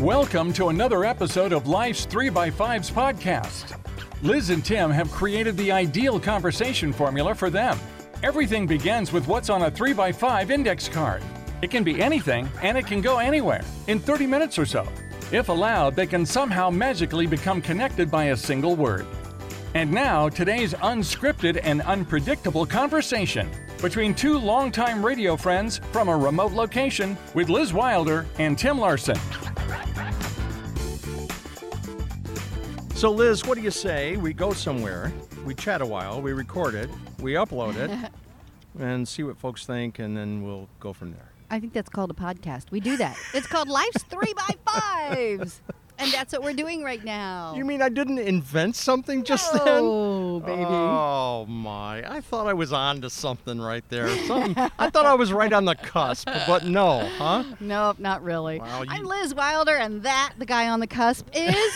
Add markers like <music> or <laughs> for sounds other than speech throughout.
Welcome to another episode of Life's 3x5's podcast. Liz and Tim have created the ideal conversation formula for them. Everything begins with what's on a 3x5 index card. It can be anything and it can go anywhere in 30 minutes or so. If allowed, they can somehow magically become connected by a single word. And now, today's unscripted and unpredictable conversation between two longtime radio friends from a remote location with Liz Wilder and Tim Larson. So, Liz, what do you say? We go somewhere, we chat a while, we record it, we upload <laughs> it, and see what folks think, and then we'll go from there. I think that's called a podcast. We do that. It's called Life's <laughs> Three by Fives. And that's what we're doing right now. You mean I didn't invent something just No, then? baby. Oh my! I thought I was on to something right there. Something, I thought I was right on the cusp, but no, huh? <laughs> nope, not really. Wow, you- I'm Liz Wilder, and that, the guy on the cusp, <laughs> is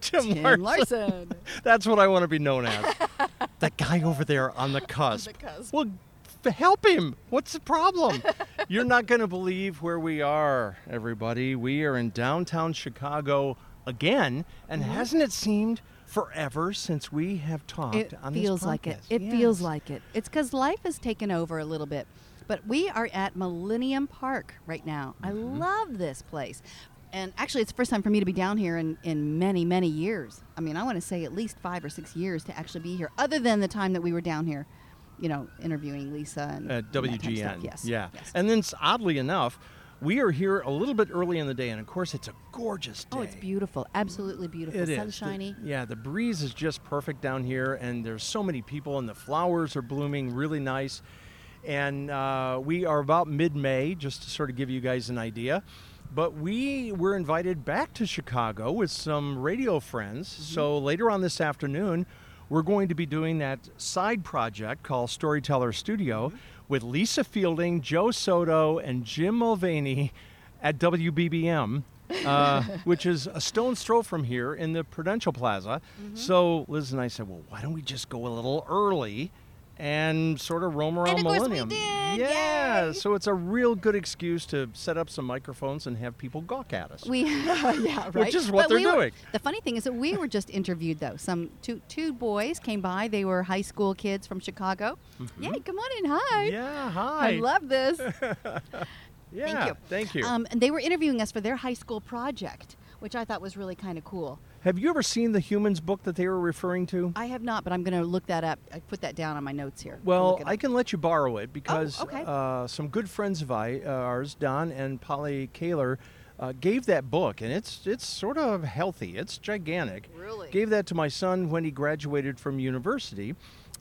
Tim Tim Larson. Larson. That's what I want to be known as. <laughs> that guy over there on the cusp. cusp. Well, f- help him. What's the problem? <laughs> You're not going to believe where we are, everybody. We are in downtown Chicago again, and Mm-hmm. hasn't it seemed forever since we have talked It on this feels like it. podcast? It feels Yes. like it. It's because life has taken over a little bit. But we are at Millennium Park right now. I Mm-hmm. love this place. And actually, it's the first time for me to be down here in, in many, many years. I mean, I want to say at least five or six years to actually be here, other than the time that we were down here, you know, interviewing Lisa and at and that WGN. type of stuff. Yes. Yeah. yes. And then s- oddly enough, we are here a little bit early in the day, and of course, it's a gorgeous day. oh, it's beautiful. Absolutely beautiful. It is. The- Sunshiny. yeah, the breeze is just perfect down here, and there's so many people, and the flowers are blooming really nice. And uh, we are about mid-May, just to sort of give you guys an idea. But we were invited back to Chicago with some radio friends. Mm-hmm. So later on this afternoon, we're going to be doing that side project called Storyteller Studio Mm-hmm. with Lisa Fielding, Joe Soto, and Jim Mulvaney at WBBM, <laughs> uh, which is a stone's throw from here in the Prudential Plaza. Mm-hmm. So Liz and I said, well, why don't we just go a little early and sort of roam around of course we Millennium? did. Yeah. Yay. So it's a real good excuse to set up some microphones and have people gawk at us. We, <laughs> yeah, right. is what they're we were- doing. the funny thing is that we were just interviewed though. Some two two boys came by. They were high school kids from Chicago. Mm-hmm. Yay! Come on in. Hi. yeah, hi. I <laughs> love this. yeah, you. Thank you. Um, and they were interviewing us for their high school project, which I thought was really kind of cool. Have you ever seen the humans book that they were referring to? I have not, but I'm going to look that up. I put that down on my notes here. I'll Well, look it I up. Oh, can let you borrow it because okay. uh, some good friends of I, uh, ours, Don and Polly Kaler, uh, gave that book, and it's it's sort of healthy. It's gigantic. Really? Gave that to my son when he graduated from university,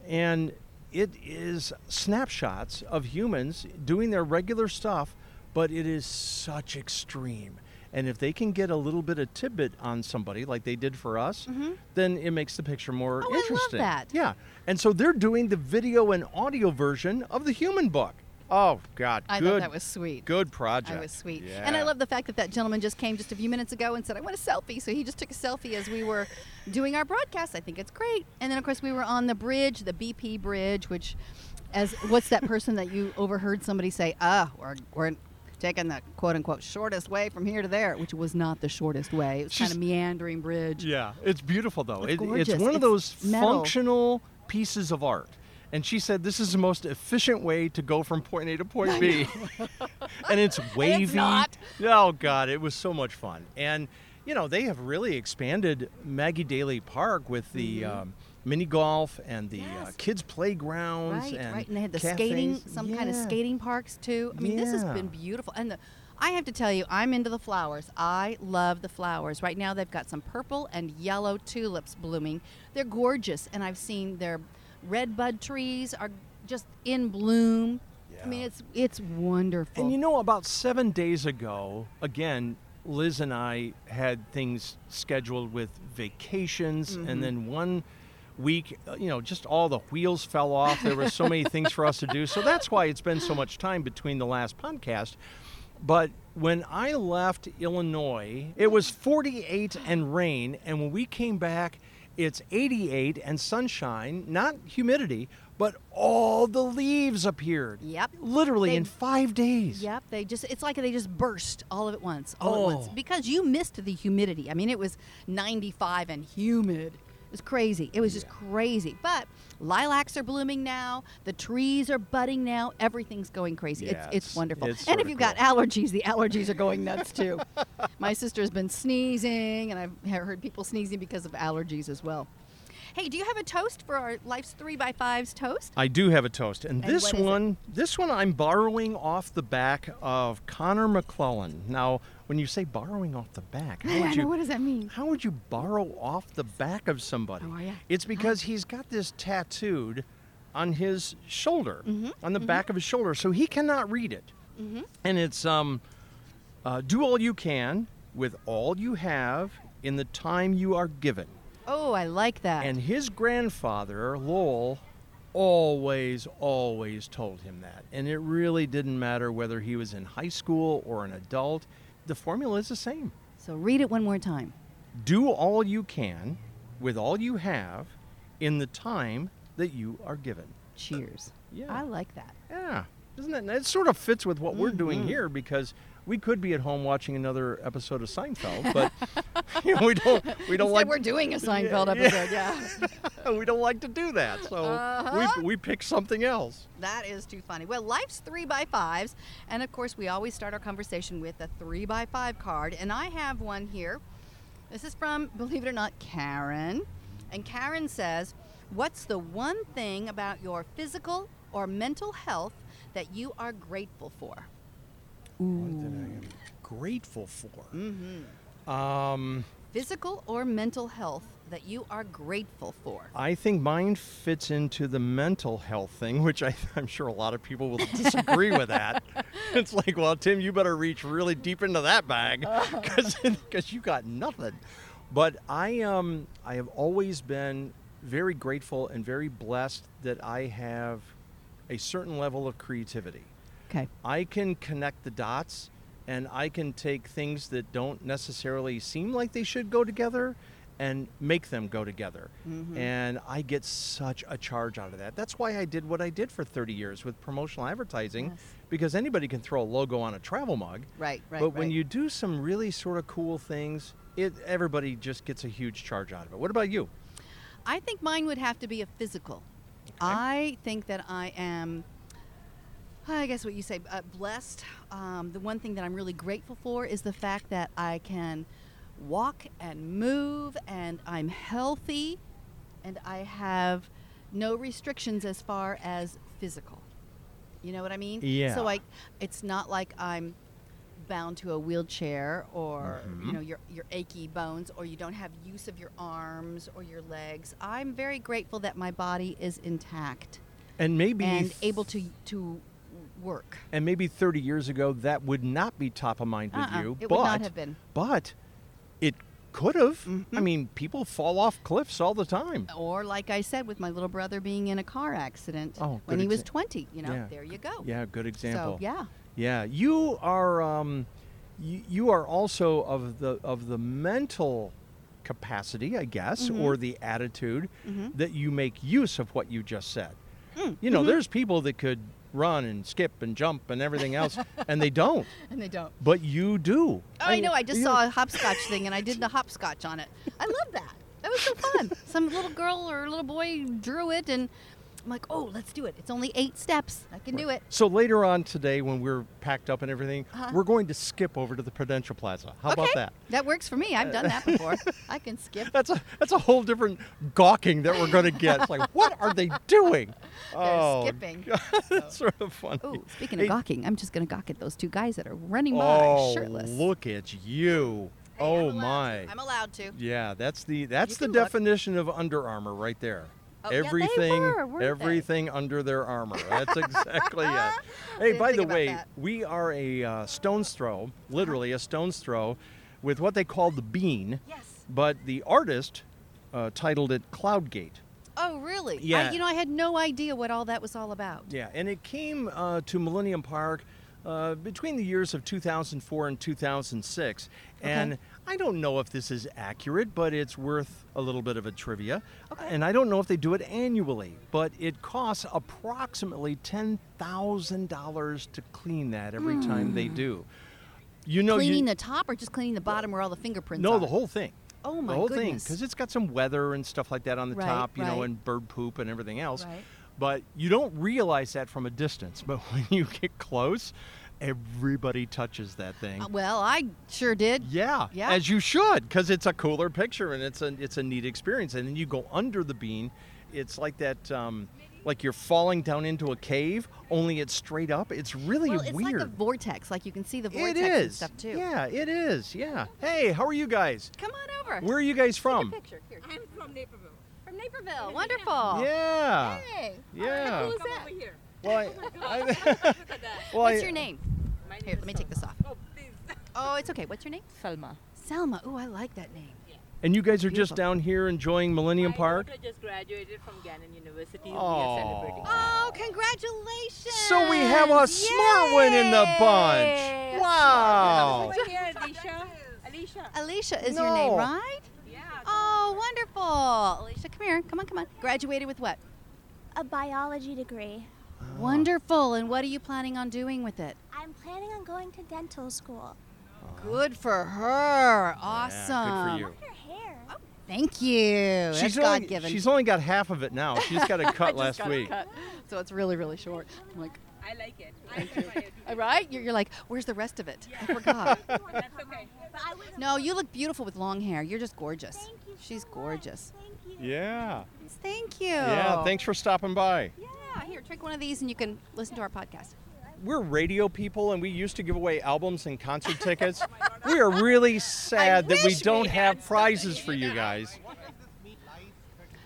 and it is snapshots of humans doing their regular stuff, but it is such extreme. And if they can get a little bit of tidbit on somebody like they did for us, then it makes the picture more Mm-hmm. Oh, I love interesting. that. Yeah. And so they're doing the video and audio version of the human book. Oh God. I good, thought that was sweet. Good project. I was sweet. And I Yeah. love the fact that that gentleman just came just a few minutes ago and said, I want a selfie. So he just took a selfie as we were doing our broadcast. I think it's great. And then, of course, we were on the bridge, the BP bridge, which, as what's that person that you overheard somebody say, ah, we're, we're taking the quote unquote shortest way from here to there, which was not the shortest way. It was kind She's- of meandering bridge. Yeah, it's beautiful though. It's It- gorgeous. one of It's those metal. functional pieces of art. And she said this is the most efficient way to go from point A to point B. <laughs> and <laughs> it's wavy. not. Oh god, it was so much fun. And you know, they have really expanded Maggie Daly Park with the um, mini golf and the uh, Mm-hmm. Yes. kids playgrounds Right, and right. And they had the skating, cafes. some kind of Yeah. skating parks too. I mean, this has Yeah. been beautiful. And the, I have to tell you, I'm into the flowers. I love the flowers. Right now, they've got some purple and yellow tulips blooming. They're gorgeous, and I've seen their red bud trees are just in bloom. I mean, Yeah. it's it's wonderful. And you know, about seven days ago, again, Liz and I had things scheduled with vacations, Mm-hmm. and then one week, uh, you know, just all the wheels fell off. There were <laughs> so many things for us to do. So that's why it's been so much time between the last podcast. But when I left Illinois, it was 48 and rain, and when we came back, it's 88 and sunshine, not humidity, but all the leaves appeared. Yep. Literally They- in five days. Yep, they just it's like they just burst all of at once, all at once Oh. because you missed the humidity. I mean, it was 95 and humid. It was crazy. It was just crazy. But lilacs are blooming now, the trees are budding now, everything's going crazy. Yeah, it's, it's it's- wonderful. it's and sorta if you've got cool. allergies, the allergies are going nuts too. <laughs> My sister's been sneezing and I've he- heard people sneezing because of allergies as well. Hey, do you have a toast for our Life's 3 by 5s toast? I do have a toast, and, And this what is it? one, this one, I'm borrowing off the back of Connor McClellan. Now, when you say borrowing off the back, how <laughs> I would know, you? what does that mean? How would you borrow off the back of somebody? Oh, yeah. It's because he's got this tattooed on his shoulder, Mm-hmm, on the back of his shoulder, so he cannot read it. And it's um, uh, do all you can with all you have in the time you are given. Oh, I like that. And his grandfather, Lowell, always, always told him that. And it really didn't matter whether he was in high school or an adult, the formula is the same. so read it one more time. Do all you can with all you have in the time that you are given. Cheers. Yeah. I like that. Yeah. Isn't that? It sort of fits with what we're doing here because we could be at home watching another episode of Seinfeld, but <laughs> you know, we don't. We don't Instead, like we're doing a Seinfeld episode. <laughs> <laughs> Yeah. we don't like to do that. So Uh-huh. we we pick something else. that is too funny. Well, life's three by fives. And of course, we always start our conversation with a three by five card. And I have one here. This is from, believe it or not, Karen. And Karen says, What's the one thing about your physical or mental health that you are grateful for? grateful for. Um, Physical or mental health that you are grateful for? I think mine fits into the mental health thing, <laughs> which I, I'm sure a lot of people will disagree with that. It's like, well, Tim, you better reach really deep into that bag <laughs> because you got nothing. But I um, I have always been very grateful and very blessed that I have a certain level of creativity. Okay. I can connect the dots and I can take things that don't necessarily seem like they should go together and make them go together. Mm-hmm. And I get such a charge out of that. That's why I did what I did for 30 years with promotional advertising Yes. because anybody can throw a logo on a travel mug. Right, right. but when right. you do some really sort of cool things, it everybody just gets a huge charge out of it. What about you? I think mine would have to be a physical. I think that I am, I guess what you say, uh, blessed. Um, the one thing that I'm really grateful for is the fact that I can walk and move and I'm healthy and I have no restrictions as far as physical. You know what I mean? Yeah. So I, it's not like I'm bound to a wheelchair or Mm-hmm. you know your your achy bones or you don't have use of your arms or your legs. I'm very grateful that my body is intact And maybe and able to to work. And maybe 30 years ago, that would not be top of mind with Uh-uh. you. It but, would not have been. Mm-hmm. But it could have. I mean, people fall off cliffs all the time. Or like I said with my little brother being in a car accident Oh, when good he was exa- 20, you know. Yeah. There you go. Yeah, good example. So, yeah. Yeah, you are. Um, you, you are also of the of the mental capacity, I guess, Mm-hmm. or the attitude that you make use of what you just said. Mm. You Mm-hmm. know, there's people that could run and skip and jump and everything else, and they <laughs> don't. And they don't. But you do. Oh, I know. I just you- <laughs> saw a hopscotch thing, and I did the hopscotch on it. I love that. That was so fun. Some little girl or little boy drew it, and I'm like, "Oh, let's do it. It's only eight steps. I can do it." So later on today, when we're packed up and everything, we're going to skip over to the Prudential Plaza. How Uh-huh. okay, about that? That works for me. I've done that before. I can <laughs> skip. That's a that's a whole different gawking that we're going to get. It's like, what are they doing? <laughs> They're skipping. that's sort of funny. Ooh, speaking of Oh, Hey, gawking, I'm just gonna gawk at those two guys that are running by oh, shirtless. look at you! Hey, I'm oh allowed my! to. I'm allowed to. yeah, that's the that's the can look. definition of Under Armour right there. Oh, yeah, they everything, were, weren't they? everything under their armor. That's <laughs> exactly it. Hey, Didn't by think the about way, that. we are a uh, stone's throw, literally a stone's throw, with what they call the bean. Yes. But the artist uh, titled it Cloudgate. Oh, really? I- Yeah. you know, I had no idea what all that was all about. Yeah, and it came uh, to Millennium Park uh, between the years of 2004 and 2006. And I don't know if this is accurate, but it's worth a little bit of a trivia. And I don't know if they do it annually, but it costs approximately $10,000 to clean that every time they do. You know, you, cleaning the top or just cleaning the bottom where all the fingerprints no, are? the whole thing. Oh, my The whole thing, goodness. because it's got some weather and stuff like that on the Right, top, you know, right. and bird poop and everything else. Right. But you don't realize that from a distance. But <laughs> when you get close, everybody touches that thing. Uh, well, I sure did. yeah, yeah. as you should, because it's a cooler picture and it's a it's a neat experience. And then you go under the bean, it's like that, um, like you're falling down into a cave, only it's straight up. It's really Well, it's weird. like a vortex. Like you can see the it vortex and is. stuff too. Yeah, it is. Yeah. Hey, how are you guys? Come on over. Where are you guys from? Take a picture. Here. I'm from Naperville. From Naperville. Wonderful. Yeah. Hey. Yeah. Who's Come that? over here. Well, <laughs> I, I, Look at that. <laughs> well, I- Oh What's your name? My Here, name let me is take this off. Selma. Oh, please. Oh, it's okay. What's your name? Salma. Selma. Ooh, I like that name. And you guys are just Beautiful. down here enjoying Millennium My Park. daughter just graduated from Gannon University. We Aw. are celebrating. Oh, congratulations. So we have a smart one in the bunch. Yay. Wow. Over here, Alicia. Alicia. Alicia is your name, No. right? Yeah. Oh, wonderful. Alicia, come here. Come on, come on. Graduated with what? a biology degree. Uh. Wonderful. And what are you planning on doing with it? I'm planning on going to dental school. Good for her. Awesome. Yeah, good for you. Her hair. Thank you. only, That's God given. she's only got half of it now. She's got <laughs> a cut last week. So it's really, really short. I'm like, I like it. I enjoy it. all right? You're, you're like, where's the rest of it? <laughs> I forgot. That's okay. But I was no, you look beautiful with long hair. You're just gorgeous. Thank you. so She's much. gorgeous. Thank you. Yeah. Thank you. Yeah. Thanks for stopping by. Yeah, here, drink one of these and you can listen to our podcast. We're radio people, and we used to give away albums and <laughs> concert tickets. Oh we are really sad that we wish we don't had have prizes for you guys.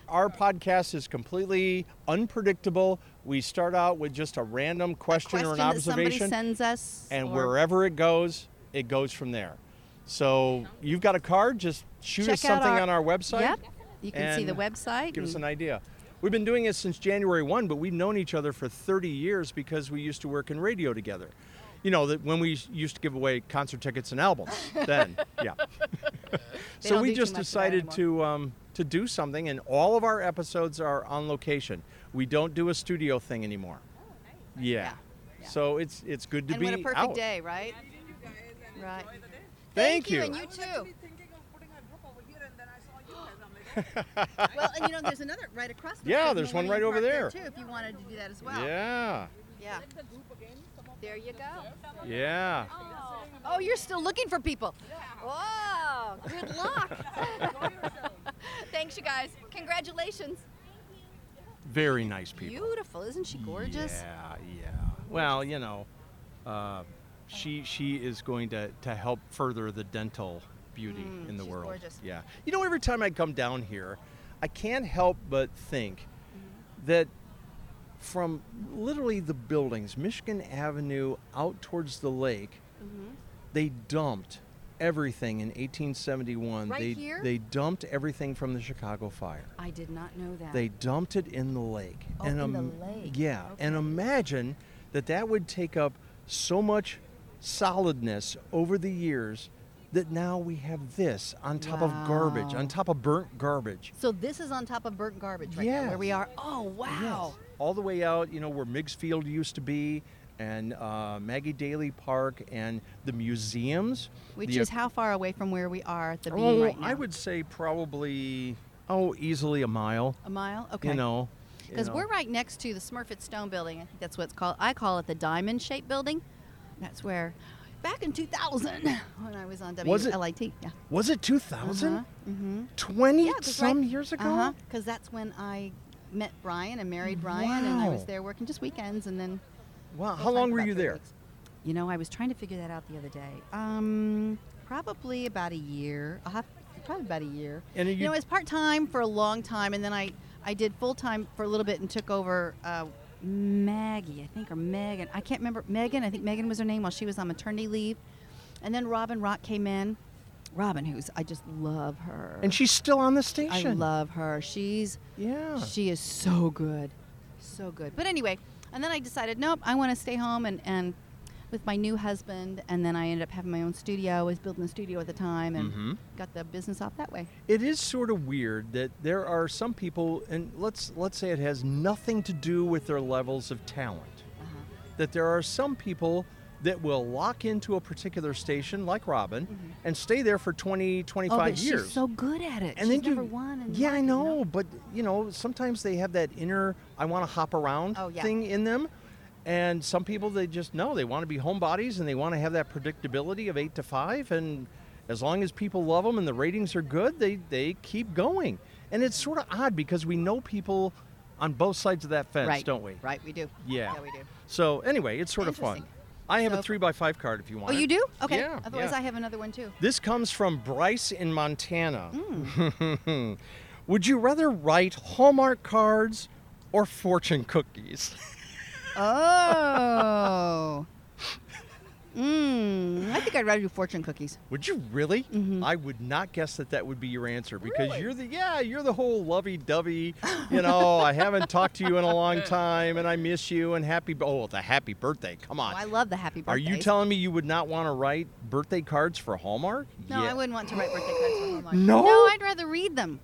Our podcast is completely unpredictable. We start out with just a random question, Question or an that somebody observation. sends us. and or wherever it goes, it goes from there. So you've got a card, just shoot check us out something on our website. Yep. You can see the and website. Give us an and- idea. We've been doing this since January 1, but we've known each other for 30 years because we used to work in radio together. You know, that when we used to give away concert tickets and <laughs> albums, then, yeah. They <laughs> so don't we do too just much of that decided to um, to do something, and all of our episodes are on location. We don't do a studio thing anymore. Yeah. Oh, Yeah. So it's it's good to and be what a perfect out. day, right? You guys and Right. enjoy the day. Thank you. And you too. Thinking of putting a group over here and then I saw <gasps> you guys. I'm like, well, and you know, there's another right across. The Yeah, street, there's one Millennium right over Park there. too, if you wanted to do that as well. Yeah. Yeah. There you go. Yeah. Oh, you're still looking for people. Whoa! Good luck. <laughs> Thanks, you guys. Congratulations. Very nice people. Beautiful, isn't she gorgeous? Yeah, yeah. Well, you know, uh, she she is going to to help further the dental beauty Mm, in the she's world. gorgeous. Yeah. You know, every time I come down here, I can't help but think Mm-hmm. that from literally the buildings, Michigan Avenue out towards the lake, Mm-hmm. they dumped everything in 1871. Right they here? they dumped everything from the Chicago fire. I did not know that. They dumped it in the lake. Oh, in the lake. Yeah, and imagine that that would take up so much solidness over the years that now we have this on top of garbage, Wow. on top of burnt garbage. so this is on top of burnt garbage right now, where we Yes. are. Oh wow! Yes. All the way out, you know, where Miggs Field used to be and uh, Maggie Daly Park and the museums. Which the uh, is how far away from where we are at the beam Oh, right now? I would say probably, oh, easily a mile, a mile. Okay. you know. you Because know. we're right next to the Smurfit Stone Building. I think that's what it's called. I call it the diamond shaped building. That's where, back in 2000, <laughs> when I was on Was it- WLIT, yeah. Was it 2000? Mm-hmm. 20 Yeah, 'cause some right- years ago? Uh-huh. Because that's when I met Brian and married Brian, and I was Wow. there working just weekends, and then. Wow. full How time long for were about you three there? weeks. You know, I was trying to figure that out the other day. Um, probably about a year. I'll have probably about a year. And are you, you- know, it was part time for a long time, and then I I did full time for a little bit and took over. Uh, Maggie, I think, or Megan. I can't remember. Megan, I think Megan was her name while she was on maternity leave. And then Robin Rock came in. Robin, who's, I just love her. And she's still on the I station. love her. She's Yeah. she is so good. So good. But anyway, and then I decided, nope, I want to stay home and, and with my new husband, and then I ended up having my own studio. I was building a studio at the time and Mhm. got the business off that way. It is sort of weird that there are some people, and let's let's say it has nothing to do with their levels of talent. That there are some people that will lock into a particular station, like Robin, and stay there for 20, 25 Mm-hmm. oh, but years. she's so good at it. and she's then number you, one. in the yeah, I market, you know, but you know, sometimes they have that inner "I want to hop around" Oh, yeah. thing in them, and some people they just know they want to be homebodies and they want to have that predictability of eight to five, and as long as people love them and the ratings are good, they they keep going, and it's sort of odd because we know people on both sides of that fence, Right, don't we? Right, we do. Yeah. yeah we do. So anyway, it's sort of fun. Interesting. I have a So- three by five card if you Oh, want. it. you do? Okay. Yeah, Otherwise, yeah. I have another one too. This comes from Bryce in Montana. Hmm. <laughs> Would you rather write Hallmark cards or fortune cookies? <laughs> Oh. Mmm. I think I'd rather do fortune cookies. Would you really? Mm-hmm. I would not guess that that would be your answer because you're the yeah, you're the whole lovey-dovey, you know, I haven't talked to you in a <laughs> long time and I miss you and happy oh, well, the happy birthday. Come on. Oh, I love the happy birthday. Are you telling me you would not want to write birthday cards for Hallmark? No, Yeah. I wouldn't want to write birthday cards for Hallmark. No? No, I'd rather read them.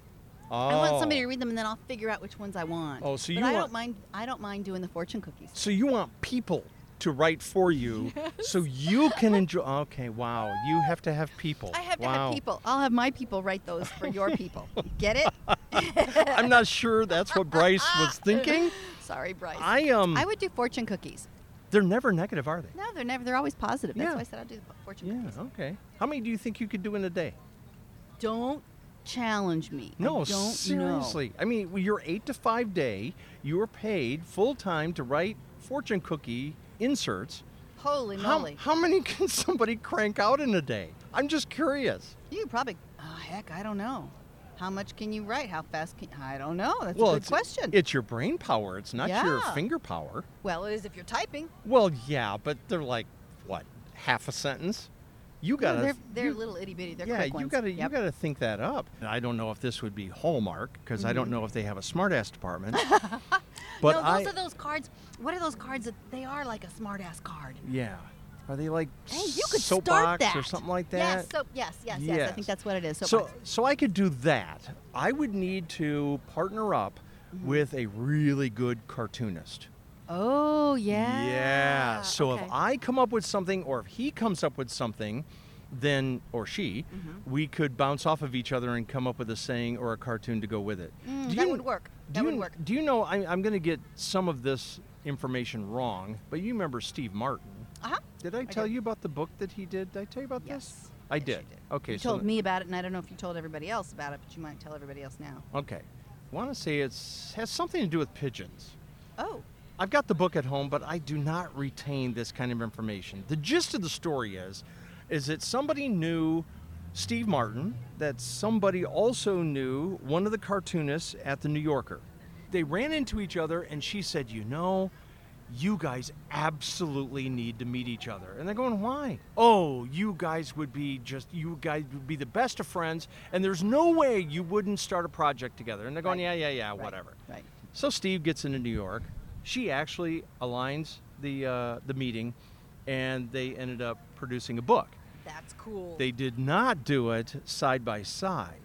Oh. I want somebody to read them, and then I'll figure out which ones I want. Oh, so But you I want- don't mind. I don't mind doing the fortune cookies. So you want people to write for you so you can enjoy. Okay, wow. You have to have people. I have to wow. have people. I'll have my people write those <laughs> for your people. Get it? I'm not sure that's what Bryce <laughs> was thinking. Sorry, Bryce. I um I would do fortune cookies. they're never negative, are they? No, they're never. They're always positive. That's Yeah. why I said I'll do the fortune Yeah, cookies. okay. How many do you think you could do in a day? Don't challenge me. I No, don't know. seriously. I mean, well, you're 8 to 5 day, you are paid full time to write fortune cookie inserts. Holy How, moly! how many can <laughs> somebody crank out in a day? I'm just curious. You could probably. Oh, heck, I don't know. How much can you write? How fast can I don't know. That's a good it's, question. It's your brain power. It's not your Yeah. finger power. well, it is if you're typing. Well, yeah, but they're like what half a sentence. You gotta. No, they're they're you- little itty bitty. They're yeah, quick you ones. gotta Yep. you gotta think that up. And I don't know if this would be Hallmark because I don't know if they have a smartass <laughs> department. but Mm-hmm. no, I those are those cards. What are those cards that they are like a smart ass card? yeah, are they like Hey, you could soapbox start that or something like that? Yes, soap. Yes, yes, yes, I Yes. think that's what it is. so Soapbox. so I could do that. I would need to partner up Mm-hmm. with a really good cartoonist. oh yeah. Yeah. So okay. if I come up with something, or if he comes up with something, then or she, Mm-hmm. we could bounce off of each other and come up with a saying or a cartoon to go with it. Mm, Do that you- would work. do That you, would work. Do you know? I, I'm going to get some of this information wrong, but you remember Steve Martin? Uh-huh. Did I tell do. you about the book that he did? Did I tell you about this? Yes. I Yes, you did. Okay. You so told then- me about it, and I don't know if you told everybody else about it, but you might tell everybody else now. Okay. I want to say it's has something to do with pigeons. Oh. I've got the book at home, but I do not retain this kind of information. The gist of the story is, is that somebody knew Steve Martin, that somebody also knew one of the cartoonists at the New Yorker. They ran into each other, and she said, "You know, you guys absolutely need to meet each other." And they're going, "Why?" "Oh, you guys would be just you guys would be the best of friends, and there's no way you wouldn't start a project together." And they're going, Right. "Yeah, yeah, yeah, right, whatever." Right. So Steve gets into New York. She actually aligns the uh, the meeting, and they ended up producing a book. That's cool. They did not do it side by side,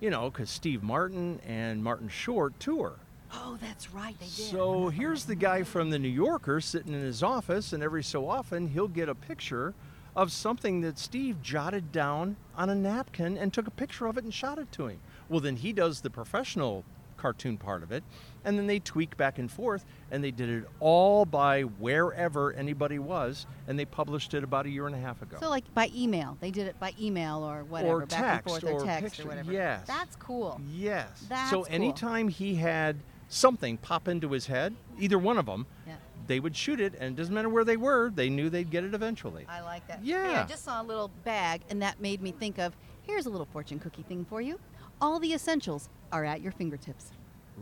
you know, because Steve Martin and Martin Short tour. oh, that's right. They did. So here's the guy from the New Yorker sitting in his office, and every so often he'll get a picture of something that Steve jotted down on a napkin and took a picture of it and shot it to him. Well, then he does the professional cartoon part of it, and then they tweak back and forth, and they did it all by wherever anybody was, and they published it about a year and a half ago. So like by email, they did it by email or whatever, back text and forth, or or text picture, or whatever. yes. Mm. that's cool. Yes. That's so cool. anytime he had something pop into his head, either one of them, Yeah. they would shoot it, and it doesn't matter where they were, they knew they'd get it eventually. I like that. Yeah. Hey, I just saw a little bag, and that made me think of here's a little fortune cookie thing for you. All the essentials are at your fingertips.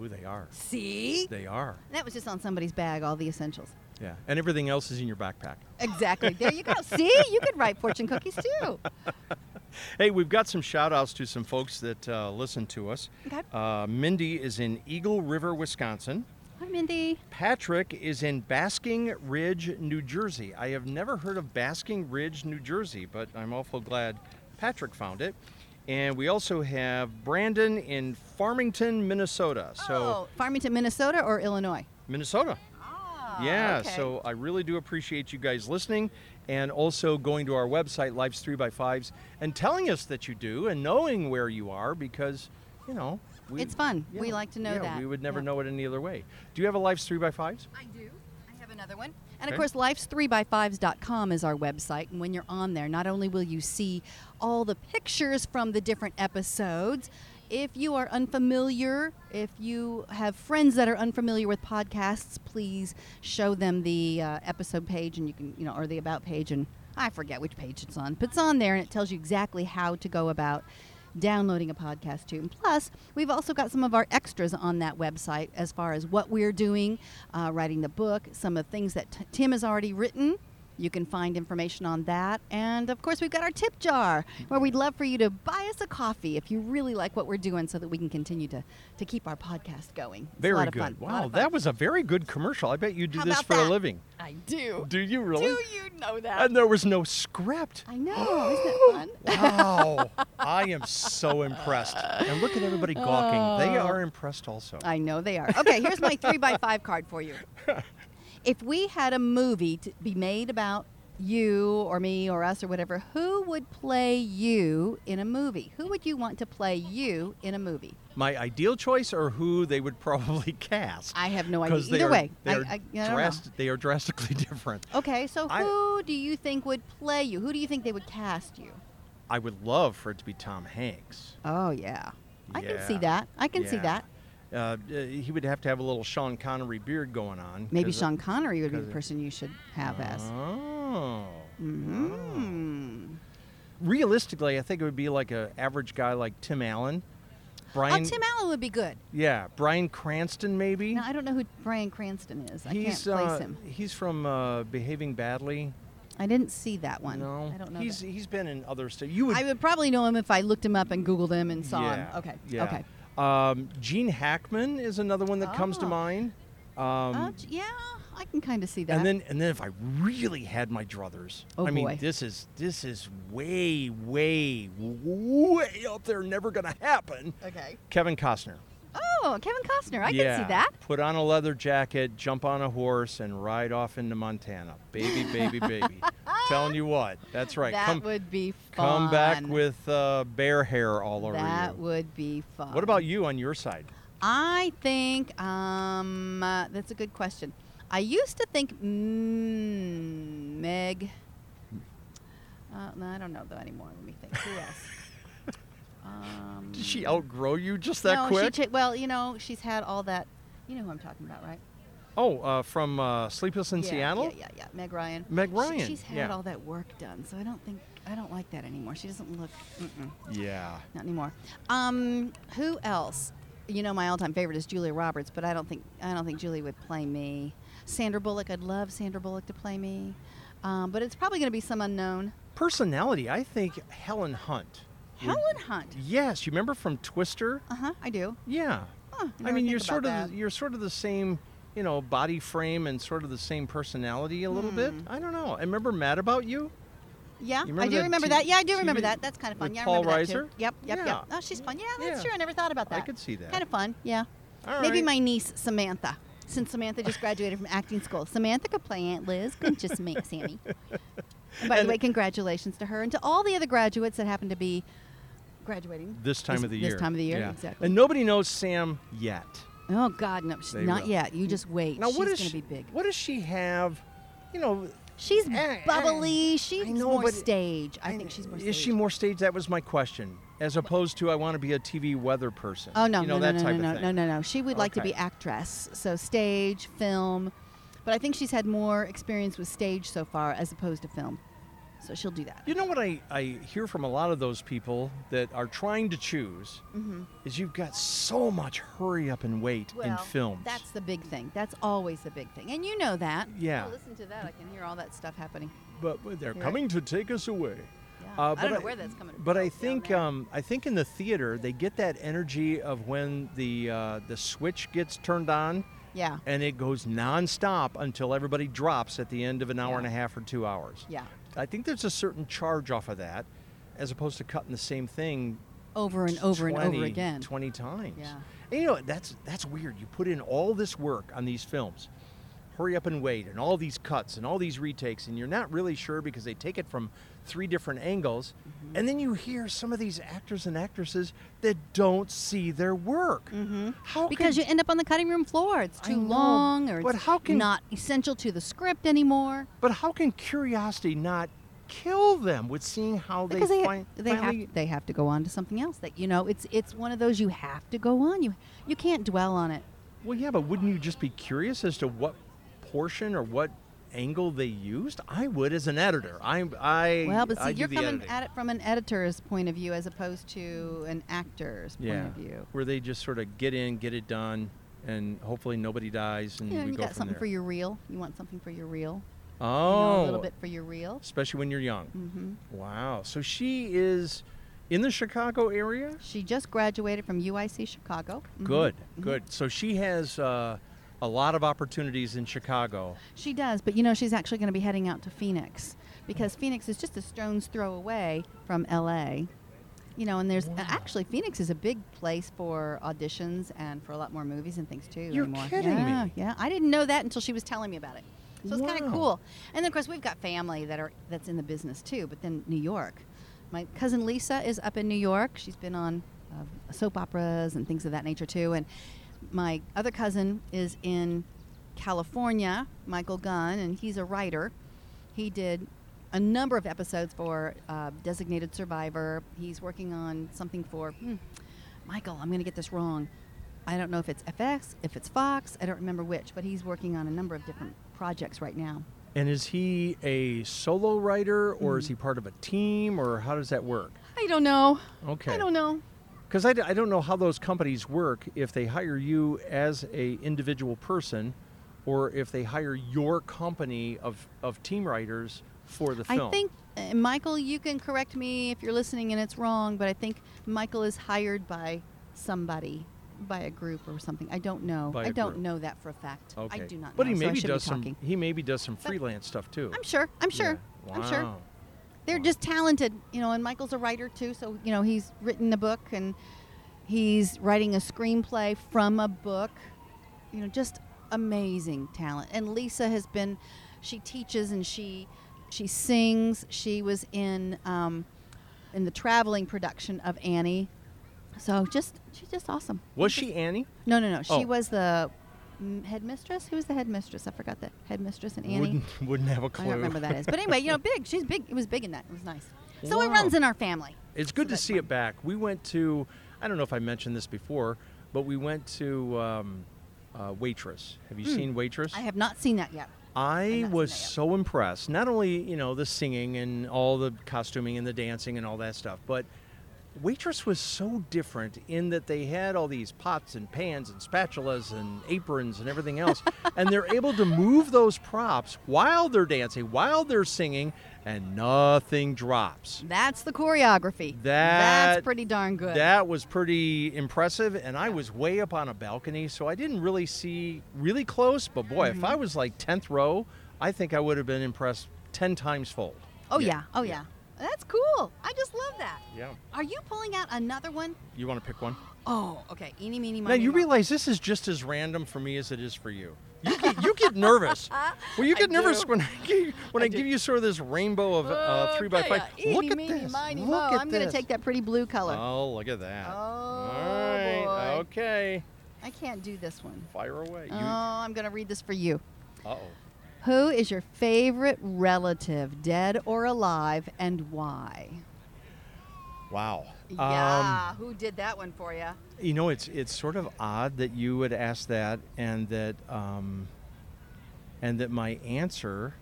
Ooh, they are. See? They are. That was just on somebody's bag. All the essentials. Yeah. And everything else is in your backpack. Exactly. There you go. See, you could write fortune cookies too. Hey, we've got some shout outs to some folks that uh, listen to us. Okay. Uh, Mindy is in Eagle River, Wisconsin. Hi, Mindy. Patrick is in Basking Ridge, New Jersey. I have never heard of Basking Ridge, New Jersey, but I'm awful glad Patrick found it. And we also have Brandon in Farmington, Minnesota. So oh, Farmington, Minnesota or Illinois? Minnesota. Ah, Yeah, so I really do appreciate you guys listening and also going to our website, Life's 3 by 5s and telling us that you do and knowing where you are because, you know, we, It's fun. yeah, We like to know yeah, that. We would never Yeah. know it any other way. Do you have a Life's 3 by 5s I do. I have another one. And Okay. of course, life's3by5s.com is our website. And when you're on there, not only will you see all the pictures from the different episodes, if you are unfamiliar, if you have friends that are unfamiliar with podcasts, please show them the uh, episode page and you can, you know, or the about page. And I forget which page it's on, but it's on there and it tells you exactly how to go about downloading a podcast too. And plus, we've also got some of our extras on that website as far as what we're doing, uh, writing the book, some of the things that t- Tim has already written. You can find information on that. And of course, we've got our tip jar where we'd love for you to buy us a coffee if you really like what we're doing so that we can continue to, to keep our podcast going. It's a Very lot of good. fun, a lot Wow, of fun. that was a very good commercial. I bet you do How this about for a that? living. I do. Do you really? Do you know that? And there was no script. I know. Isn't that fun? <laughs> Wow. I am so impressed. And look at everybody gawking. They are impressed also. Oh. I know they are. Okay, here's my three by five card <laughs> for you. If we had a movie to be made about you or me or us or whatever, who would play you in a movie? Who would you want to play you in a movie? my ideal choice or who they would probably <laughs> cast. I have no idea. Because they Either are- way, they I- are, I- I don't know. drast- they are drastically <laughs> different. Okay, so I- who do you think would play you? Who do you think they would cast you? I would love for it to be Tom Hanks. Oh yeah, I can Yeah. see that. I can see Yeah. that. Uh, Uh, he would have to have a little Sean Connery beard going on. Maybe 'cause- Sean Connery would be the because- person you should have as. Oh. Mm-hmm. Mm. Realistically, I think it would be like an average guy like Tim Allen. Oh, Brian, Tim Allen would be good. Yeah, Brian Cranston maybe. Now I don't know who Brian Cranston is. I can't he's place uh, him. he's from uh, Behaving Badly. I didn't see that one. No, I don't know. He's that. he's been in other stuff. You would I would probably know him if I looked him up and Googled him and saw him. yeah, Okay. Yeah. Okay. Um, Gene Hackman is another one that comes to Oh. mind. Um, Oh, j- yeah, I can kind of see that. and then and then if I really had my druthers, Oh, I mean boy. this is this is way way way up there, never gonna happen. okay. Kevin Costner. Oh, Kevin Costner. I yeah. can see that. Put on a leather jacket, jump on a horse, and ride off into Montana, baby, <laughs> baby, baby. Telling you what, that's right. that come would be fun. come back with uh, bear hair all over That you. would be fun. what about you on your side? I think um, uh, that's a good question. I used to think mm, Meg. Uh, no, I don't know though anymore. Let me think. Who else? <laughs> um, Did she outgrow you just that no, quick? She cha- well, you know, she's had all that. You know who I'm talking about, right? oh, uh, from uh, Sleepless in Yeah, Seattle? Yeah, yeah, yeah. Meg Ryan. Meg She- Ryan, she's had yeah. all that work done, so I don't think I don't like that anymore. She doesn't look. Mm-mm. Yeah. Not anymore. Um, who else? You know, my all-time favorite is Julia Roberts, but I don't think I don't think Julie would play me. Sandra Bullock, I'd love Sandra Bullock to play me, um, but it's probably going to be some unknown. Personality, I think Helen Hunt. would- Helen Hunt. Yes, you remember from Twister? Uh huh. I do. Yeah. Huh, I I mean, never think you're about sort of that. the, you're sort of the same, you know, body frame and sort of the same personality a little bit. Mm. I don't know. I remember Mad About You? Yeah, You remember I do that remember TV that. Yeah, I do remember with- that. That's kind of fun. with yeah, Paul I remember that Reiser? too. Yep, yep, Yeah. yep. Oh, she's fun. Yeah, that's Yeah. true. I never thought about I that. could see that. Kind of fun. Yeah. All Maybe right. my niece Samantha. Since Samantha just graduated from acting school, Samantha could play Aunt Liz, couldn't <laughs> just me, Sammy. And by the way, congratulations to her and to all the other graduates that happen to be graduating This time of the year. This time of the year, exactly. And nobody knows Sam yet. oh God, no, she's They not will. yet. You just wait. Now she's what is gonna she- be big. What does she have? You know, She's eh, bubbly. She's know, more but- stage. I, I- think she's more. Is she stage. more staged? That was my question. As opposed to, I want to be a TV weather person. Oh no, you know no, that no, no, type no, of no, thing. no, no. She would like to Okay. be actress, so stage, film, but I think she's had more experience with stage so far as opposed to film, so she'll do that. You know what I, I hear from a lot of those people that are trying to choose Mm-hmm. is you've got so much hurry up and wait in films. that's the big thing. That's always the big thing, and you know that. Yeah. Oh, listen to that. I can hear all that stuff happening. but but they're You're coming to take us away. Yeah. Uh, I but don't know where that's coming. But from I down think there. um, I think in the theater they get that energy of when the uh, the switch gets turned on Yeah. and it goes nonstop until everybody drops at the end of an hour Yeah. and a half or two hours. Yeah. I think there's a certain charge off of that, as opposed to cutting the same thing Over and over and over 20 again. twenty times. Yeah. And you know that's that's weird. You put in all this work on these films, hurry up and wait, and all these cuts and all these retakes, and you're not really sure because they take it from three different angles, Mm-hmm. and then you hear some of these actors and actresses that don't see their work. Mm-hmm. How Because you could- end up on the cutting room floor. It's I too know, long or but it's how can- not essential to the script anymore. But how can curiosity not kill them with seeing how they because they, fin- they finally? have they have to go on to something else that you know it's it's one of those you have to go on you you can't dwell on it Well, yeah, but wouldn't you just be curious as to what portion or what angle they used? I would, as an editor. I, I. well but I see do you're the coming editing. at it from an editor's point of view as opposed to an actor's yeah, point of view where they just sort of get in, get it done, and hopefully nobody dies, and you, know, Mm, we you go got from something there. for your reel you want something for your reel you oh, know, a little bit for your reel especially when you're young. hmm Wow. So she is in the Chicago area. she just graduated from uic chicago Mhm. Good, good. So she has uh, a lot of opportunities in Chicago. She does, but you know, she's actually going to be heading out to Phoenix because Phoenix is just a stone's throw away from LA. You know, and there's Wow. actually Phoenix is a big place for auditions and for a lot more movies and things too. You're anymore. kidding yeah, me. Yeah, I didn't know that until she was telling me about it. So it's kind Wow. of cool. And then of course we've got family that are that's in the business too. But then New York, my cousin Lisa is up in New York. She's been on uh, soap operas and things of that nature too. And my other cousin is in California, Michael Gunn, and he's a writer. He did a number of episodes for uh, Designated Survivor. He's working on something for hmm, Michael. I'm going to get this wrong. I don't know if it's FX, if it's Fox. I don't remember which, but he's working on a number of different projects right now. And is he a solo writer or Mm. is he part of a team or how does that work? I don't know. Okay. I don't know. Because I, d- I don't know how those companies work if they hire you as a individual person or if they hire your company of, of team writers for the film. I think, uh, Michael, you can correct me if you're listening and it's wrong, but I think Michael is hired by somebody, by a group or something. I don't know. By I a don't group. know that for a fact. Okay. I do not but know. he so I maybe should does be some talking. he maybe does some freelance stuff too. I'm sure. I'm sure. Yeah. I'm sure. Wow. They're Wow. just talented, you know, and Michael's a writer too, so you know, he's written a book and he's writing a screenplay from a book. You know, just amazing talent. And Lisa has been she teaches and she she sings. She was in um, in the traveling production of Annie. So just she's just awesome. Was she Annie? No, no, no. She Oh. was the mm, headmistress. Who was the headmistress? I forgot the headmistress in Annie. Wouldn't <laughs> wouldn't have a clue. I don't remember that is. But anyway, you know, big. She's big. It was big in that. It was nice. So it Wow. runs in our family. It's good to that's see it back. We went to, I don't know if I mentioned this before, but we went to um, uh, Waitress. Have you seen Waitress? Hmm. I have not seen that yet. I not was seen that yet. so impressed. Not only you know the singing and all the costuming and the dancing and all that stuff, but Waitress was so different in that they had all these pots and pans and spatulas and aprons and everything else, <laughs> and they're able to move those props while they're dancing, while they're singing, and nothing drops. That's the choreography. That- That's pretty darn good. That was pretty impressive, and I was way up on a balcony, so I didn't really see really close. But boy, if Mm-hmm. I was like tenth row, I think I would have been impressed ten times fold. oh yeah. Oh yeah. That's cool. I just love that. yeah. Are you pulling out another one? You want to pick one? Oh, okay. Eeny, meeny, Now miny. you moe. realize this is just as random for me as it is for you. You get, you get <laughs> nervous. Well, you get nervous do. when I <laughs> give, when I, give you sort of this rainbow of uh, three by Okay, five. uh, Look eeny, at meeny, this. miny, Look moe. at I'm this. gonna take that pretty blue color. Oh, look at that. Oh, All right. boy. Okay. I can't do this one. Fire away. You- Oh, I'm gonna read this for you. Uh-oh. Who is your favorite relative, dead or alive, and why? Wow. Yeah, who did that one for you? Um, you know, it's it's sort of odd that you would ask that, and that um, and that my answer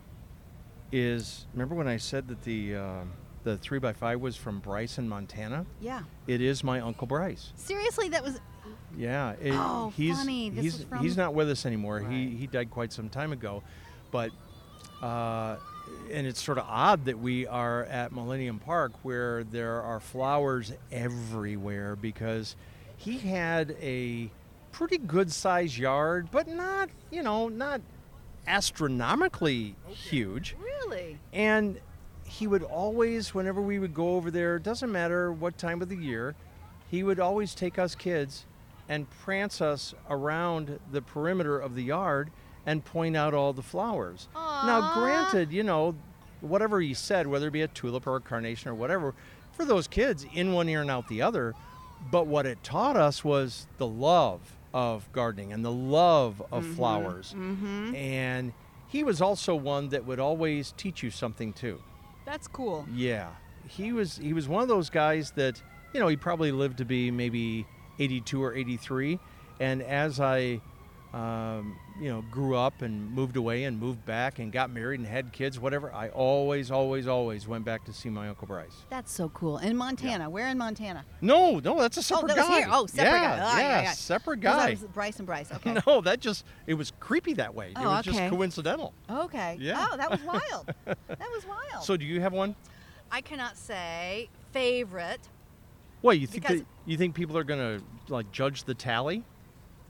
is. Remember when I said that the um the three by five was from Bryson, Montana? Yeah. It is my uncle Bryce. Seriously, that was Yeah. it- Oh, he's, funny. This he's was from- he's not with us anymore. He Right. he died quite some time ago, but uh, and it's sort of odd that we are at Millennium Park where there are flowers everywhere because he had a pretty good sized yard, but not, you know, not astronomically huge. Really? And he would always, whenever we would go over there, doesn't matter what time of the year, he would always take us kids and prance us around the perimeter of the yard and point out all the flowers. Now, Aw. granted, you know, whatever he said, whether it be a tulip or a carnation or whatever, for those kids, in one ear and out the other. But what it taught us was the love of gardening and the love of flowers. And he was also one that would always teach you something too. That's cool. Yeah, he was he was one of those guys that you know he probably lived to be maybe 82 or 83, and as I um, you know grew up and moved away and moved back and got married and had kids, whatever, I always always always went back to see my uncle Bryce. That's so cool. In Montana. Where in Montana? No, no, that's a Oh, separate that was guy. here. Oh, separate yeah, guy. Oh, yeah, yeah, yeah. separate 'Cause I guy. <laughs> was Bryce and Bryce. Okay. No, that just it was creepy that way. it Oh, was just okay. coincidental. Okay. Yeah. Oh, that <laughs> was wild. that was wild. So do you have one? I cannot say favorite. What you think? Because- That, you think people are gonna like judge the tally?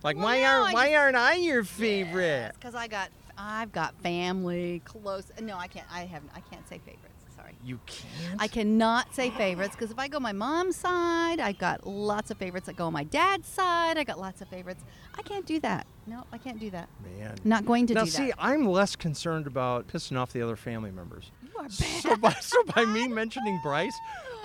Like Well, why no, aren't I why just- aren't I your favorite? Because I got, I've got family close. No, I can't. I haven't. I can't say favorites. Sorry. You can't. I cannot say favorites because if I go my mom's side, I got lots of favorites. I go on my dad's side, I got lots of favorites. I can't do that. No, I can't do that. Man. Not going to now do see, that. I'm less concerned about pissing off the other family members. You are bad. So by, <laughs> so by <laughs> me mentioning Bryce,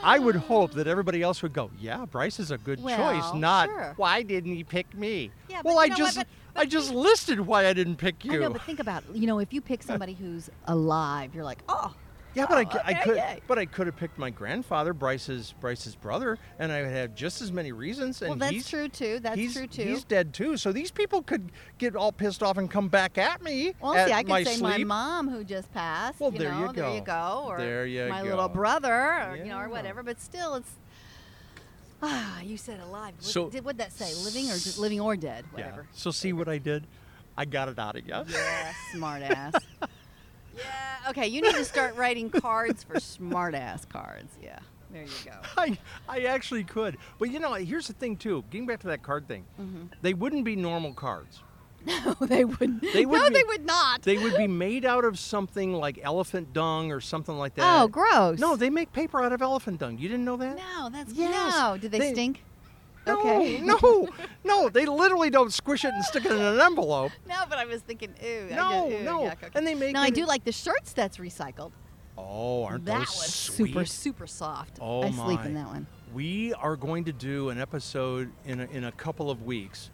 I would hope that everybody else would go, "Yeah, Bryce is a good Well, choice." Not sure. why didn't he pick me? Yeah, well, but you I know what? just But- I just listed why I didn't pick you. I know, but think about it. you know if you pick <laughs> somebody who's alive, you're like, oh, Yeah, but I, Oh, c- I okay, could, yay. but I could have picked my grandfather, Bryce's Bryce's brother, and I would have just as many reasons. And well, that's he's, true too. That's he's, true too. He's dead too, so these people could get all pissed off and come back at me. well, at see, I could my say my sleep. mom who just passed. Well, you there you know, There you go. go. Or There you my little go. brother, or, you know, Yeah. or whatever. But still, it's ah, you said alive. What, So- did what that say? Living or d- living or dead? Yeah. <laughs> Whatever. So see what I did? I got it out of you. Yeah, smart ass. yeah. Okay, you need to start writing cards for smart ass cards. Yeah. There you go. <laughs> I, I actually could. But you know, here's the thing too. Getting back to that card thing, Mm-hmm. they wouldn't be normal cards. No, they would <laughs> They would <laughs> No, be- they would not. They would <laughs> be made out of something like elephant dung or something like that. oh, gross. No, they make paper out of elephant dung. You didn't know that? No, that's Yes, no. Do they, they- stink? No, Okay. <laughs> no, no. They literally don't squish it and stick it in an envelope. No, but I was thinking, ooh. I No, do- ooh, no. yuck, okay. And they make Now I it- do like the shirts that's recycled. Oh, aren't that those was sweet? super super soft. Oh I my. sleep in that one. We are going to do an episode in a, in a couple of weeks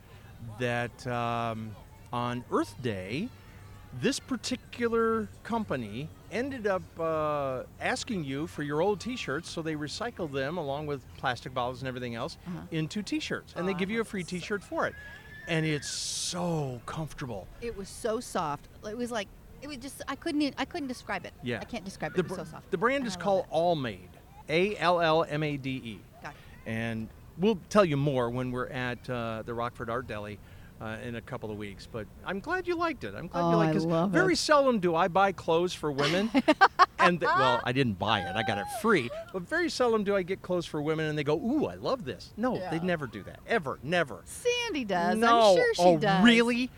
that um, on Earth Day, this particular company ended up uh, asking you for your old T-shirts, so they recycled them along with plastic bottles and everything else into T-shirts, and they Uh-huh. Oh, give you a free that's so- T-shirt for it, and it's so comfortable. It was so soft. It was like it was just I couldn't e- I couldn't describe it. Yeah. I can't describe it. The, it was br- so soft. the brand And is I love called it. Allmade. A L L M A D E. Got it. And we'll tell you more when we're at uh, the Rockford Art Deli. Uh, in a couple of weeks, but I'm glad you liked it. I'm glad you Oh, liked I 'cause love Very it. seldom do I buy clothes for <laughs> women, and th- well, I didn't buy it. I got it free. But very seldom do I get clothes for women, and they go, "Ooh, I love this." No, they Yeah. never do that. Ever, never. Sandy does. No. I'm sure she oh, does. really?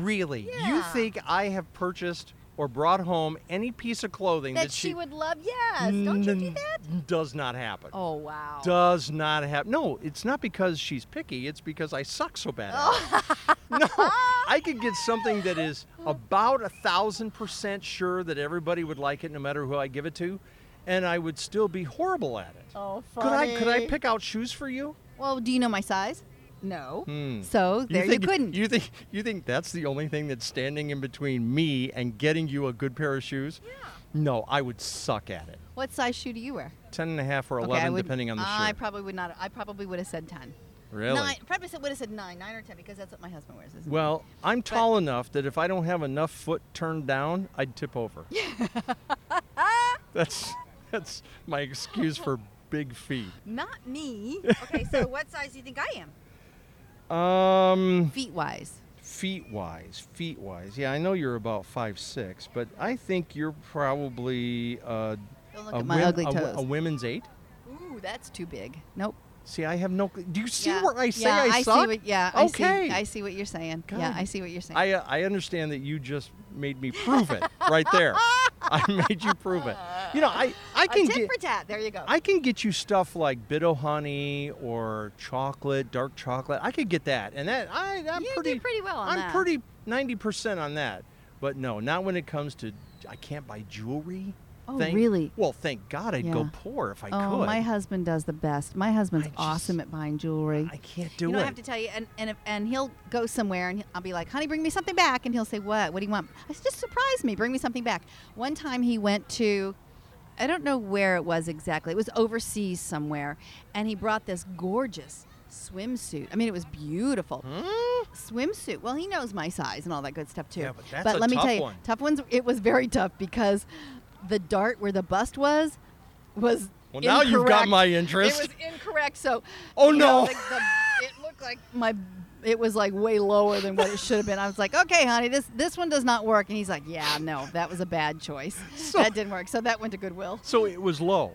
Really? You Yeah. think I have purchased or brought home any piece of clothing that, That she would love. Yes. Don't you do N- that? Does not happen. Oh wow. Does not happen. No, it's not because she's picky. It's because I suck so bad. At Oh. it. <laughs> no, I could get something that is about a thousand percent sure that everybody would like it, no matter who I give it to, and I would still be horrible at it. Oh, could I could I funny. pick out shoes for you? Well, do you know my size? No. Hmm. So there you, think, couldn't. You think you think that's the only thing that's standing in between me and getting you a good pair of shoes? Yeah. No, I would suck at it. what size shoe do you wear? Ten and a half or Okay, eleven, I would- depending on the I shoe. probably would not. I probably would have said ten. really? Nine. Probably said, would have said nine, nine or ten, because that's what my husband wears. Isn't Well, I'm tall enough that if I don't have enough foot turned down, I'd tip <laughs> over. that's that's my excuse for big feet. it? <laughs> not me. Okay, so what size do you think I am? Um, Feet wise. feet wise, feet wise. Yeah, I know you're about five six, but I think you're probably uh, Don't look a, at my wom- ugly a wo- toes. a women's eight. Ooh, that's too big. Nope. See, I have no. cl- Do you see yeah. where I say yeah, I, see suck? what, yeah, I Okay. see. I see what you're saying. Yeah, God. I see what you're saying. I, uh, I understand that you just made me prove it right <laughs> there. I made you prove it. You know, I, I A can tit get for tat. There you go. I can get you stuff like bit of honey or chocolate, dark chocolate. I could get that, and that I I'm You did pretty pretty well on I'm that. pretty ninety percent on that, but no, not when it comes to I can't buy jewelry. Oh, Thank- really? Well, thank God I'd go Yeah. poor if I oh, could. my husband does the best. My husband's I just- awesome at buying jewelry. I can't do you know, it. I have to tell you, and and, if, and he'll go somewhere, and I'll be like, "Honey, bring me something back," and he'll say, "What? What do you want?" I said, "Just surprise me. Bring me something back." One time, he went to, I don't know where it was exactly. It was overseas somewhere, and he brought this gorgeous swimsuit. I mean, it was beautiful swimsuit. Well, he knows my size and all that good stuff too. Yeah, but that's a let me tough tell you, one. tough ones. It was very tough because the dart where the bust was was. Well, now you've got incorrect. my interest. It was incorrect. So. Oh, you know, no. the- the- it looked like my. It was like way lower than what it should have been. I was like, okay, honey, this this one does not work. And he's like, yeah, no, that was a bad choice. that didn't work. So that went to Goodwill. so it was low.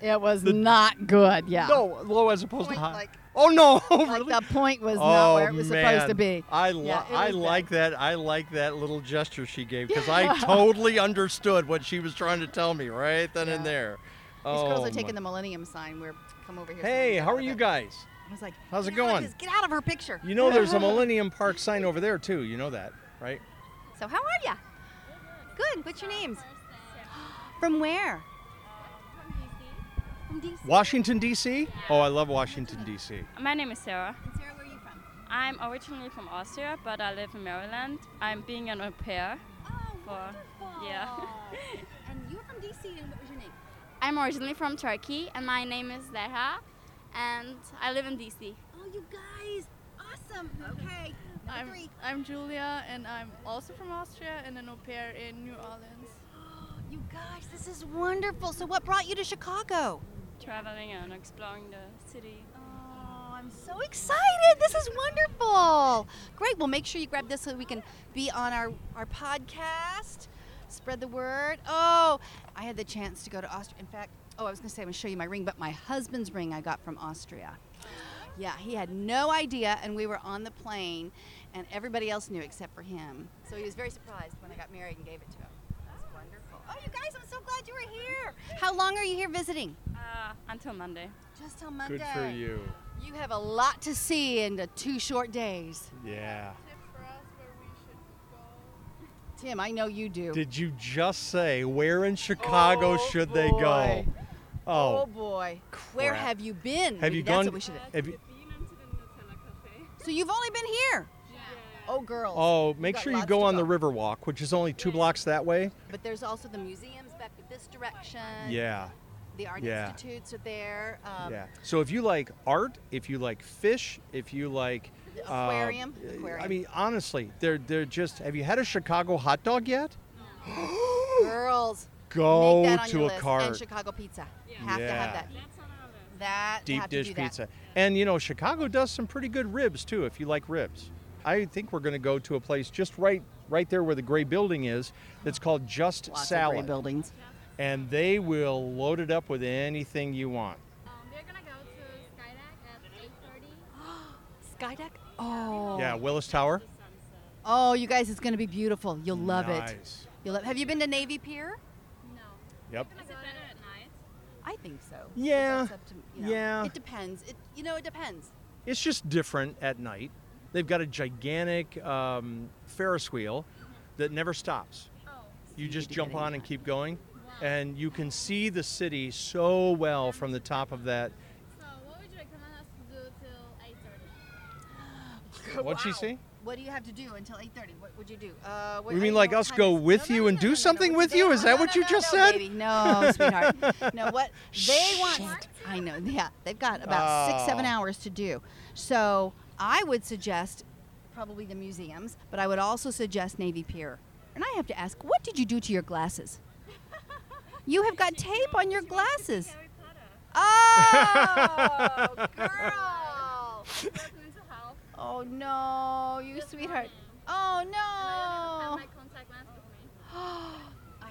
It was not good. Yeah. No, low as opposed Point to high. like- oh no! <laughs> Like really? the point was not oh where it was man, supposed to be. I li- Yeah, it I was bad. like that. I like that little gesture she gave because <laughs> I totally understood what she was trying to tell me right then and Yeah. there. These girls Oh, are taking my- the Millennium sign. We're come over here. so we Hey, can how get are out you of it. guys? I was like, How's it "Get out of going?" this- Get out of her picture. You know, <laughs> there's a Millennium Park sign over there too. You know that, right? So how are ya? Good. What's your names? <gasps> From where? From DC. Washington D.C. Oh, I love Washington D.C. My name is Sarah. Sarah, where are you from? I'm originally from Austria, but I live in Maryland. I'm being an au pair. Oh, For- yeah. <laughs> wonderful. and you're from DC, and what was your name? I'm originally from Turkey, and my name is Zehra, and I live in DC. Oh, you guys, awesome. Okay, number I'm, three. I'm Julia, and I'm also from Austria and an au pair in New Orleans. You guys, this is wonderful. So what brought you to Chicago? Traveling and exploring the city. Oh, I'm so excited. This is wonderful. Great. Well, make sure you grab this so we can be on our, our podcast. Spread the word. Oh, I had the chance to go to Austria. In fact, oh, I was going to say I'm going to show you my ring, but my husband's ring I got from Austria. Yeah, he had no idea, and we were on the plane, and everybody else knew except for him. So he was very surprised when I got married and gave it to him. That's wonderful. Oh, you guys, I'm so glad you were here. How long are you here visiting? Uh, until Monday. Just till Monday. Good for you. You have a lot to see in the two short days. Yeah. Tim, I know you do. Did you just say where in Chicago Oh, should they go? boy. Oh, boy. Where crap. have you been? have Maybe you that's gone? What we should have you, so you've only been here. Oh, girls. oh, We've make got sure you lots go to on the Riverwalk, which is only two blocks that way. But there's also the museums back this direction. Yeah. The art yeah. institutes are there. Um, Yeah. So if you like art, if you like fish, if you like The uh, aquarium, uh, I aquarium. mean, honestly, they're they're just. Have you had a Chicago hot dog yet? Girls, Go make that on to your a list. cart. And Chicago pizza. Have to Yeah. have that. That Deep have to dish do that. pizza, and you know Chicago does some pretty good ribs too. If you like ribs, I think we're going to go to a place just right right there where the gray building is. That's called Just Lots of Salad, great buildings. and they will load it up with anything you want. we're gonna go to Skydeck at 8:30. Skydeck. Oh. Yeah, Willis Tower. Oh, you guys, it's going to be beautiful. You'll love it. nice. You'll love. Have you been to Navy Pier? Yep. I think so. But Yeah. that's up to- you know, Yeah. It depends. It you know it depends. It's just different at night. They've got a gigantic um, Ferris wheel that never stops. Oh. You just to jump get in on and that. keep going, and you can see the city so well from the top of that. So, what would you recommend us to do till <gasps> 8:30? What'd she say? What do you have to do until 8:30? What would you do? Uh, what, You I mean don't like know us what go kind of- with no, no, you no, and no, do no, no, something no, with no, you? no, Is that no, what no, you no, just no, said? baby. No, <laughs> sweetheart. no, what they want. Shit. I know. Yeah, they've got about six, seven Oh. hours to do. So I would suggest probably the museums, but I would also suggest Navy Pier. And I have to ask, what did you do to your glasses? You have got tape on your glasses. Oh, <laughs> girl! Oh no, you sweetheart. Oh no! <gasps> Oh.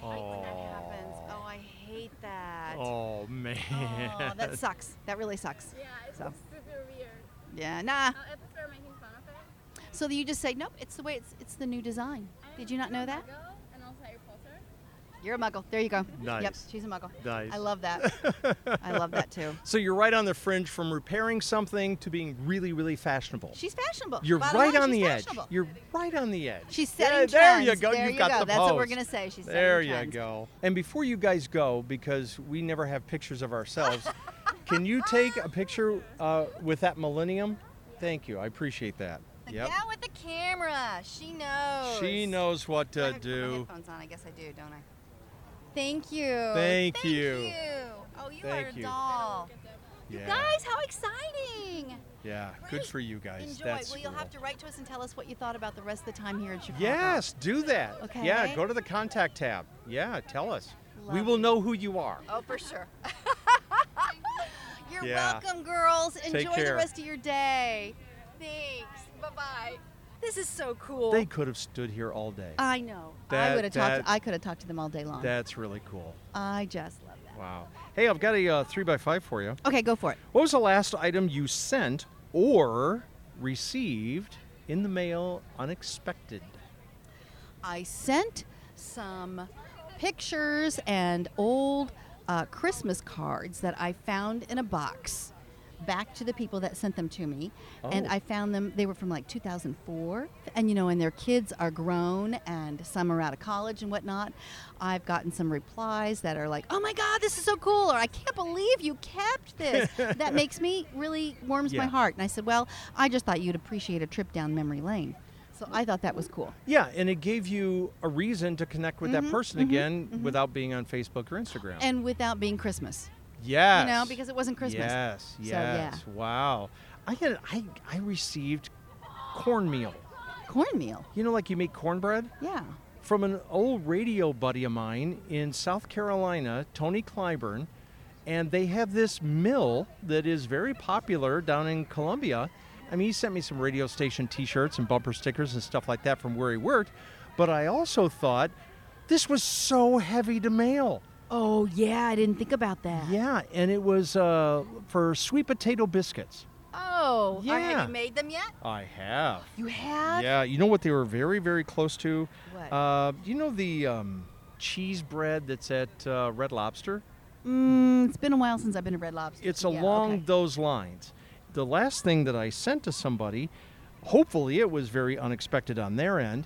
I contact lens with me. hate when that happens. Oh, I hate hate that. Oh man. <laughs> Oh, <laughs> that sucks. That really sucks. Yeah, it's <laughs> So. super weird. Yeah, nah. I prefer making fun of it. So you just say, nope, it's the way it's, it's the new design. Did you not know that? And also Harry Potter. You're a muggle. There you go. Yep, Nice. she's a muggle. Nice. I love that. I love that too. <laughs> So you're right on the fringe from repairing something to being really, really fashionable. She's fashionable. you're By right way, on she's the edge. fashionable. You're right on the edge. She's Yeah, setting there trends. you go. There You've you got go. the That's what we're pose. gonna say. She's setting There you trends. go. And before you guys go, because we never have pictures of <laughs> ourselves, can you take a picture uh, with that millennium? Thank you. I appreciate that. The gal with the camera. She knows. She knows what I to have to put my do. headphones on. I guess I do, don't I? Thank you. Thank you. Oh, you are Thank a you. doll. Yeah. Guys, how exciting. Yeah. Good Great. for you guys. Enjoy. That's well, you'll cool. have to write to us and tell us what you thought about the rest of the time here in Chicago. Yes, do that. Yeah, Okay. go to the contact tab. Yeah, tell us. we Love will know who you are. Oh, for sure. <laughs> You're Yeah. welcome, girls. Enjoy the care. rest of your day. Thanks. Bye bye. This is so cool. They could have stood here all day. I know. That- I would have talked. that- I could have talked to them all day long. That's really cool. I just love that. Wow. Hey, I've got a uh, three by five for you. Okay, go for it. What was the last item you sent or received in the mail unexpected? I sent some pictures and old uh, Christmas cards that I found in a box back to the people that sent them to me. And Oh. I found them, they were from like 2004. And, you know, and their kids are grown and some are out of college and whatnot. I've gotten some replies that are like, oh my God, this is so cool. Or I can't believe you kept this. <laughs> that makes me really warms my Yeah. heart. And I said, well, I just thought you'd appreciate a trip down memory lane. So I thought that was cool. Yeah, and it gave you a reason to connect with that person again without being on Facebook or Instagram. Mm-hmm, and without being Christmas. yes. You know, because it wasn't Christmas. Yes, So, yeah. yes. Wow. I had I, I received cornmeal. Cornmeal. You know, like you make cornbread? Yeah. from an old radio buddy of mine in South Carolina, Tony Clyburn, and they have this mill that is very popular down in Columbia. I mean, he sent me some radio station t shirts and bumper stickers and stuff like that from where he worked, but I also thought this was so heavy to mail. Oh yeah, I didn't think about that. Yeah, and it was uh, for sweet potato biscuits. oh, are- Yeah. have you made them yet? I have. You have Yeah, you know what they were very, very close to? What? Uh, you know the um, cheese bread that's at uh, Red Lobster? mm, it's been a while since I've been to Red Lobster. It's Yeah, along okay. those lines. The last thing that I sent to somebody, hopefully it was very unexpected on their end,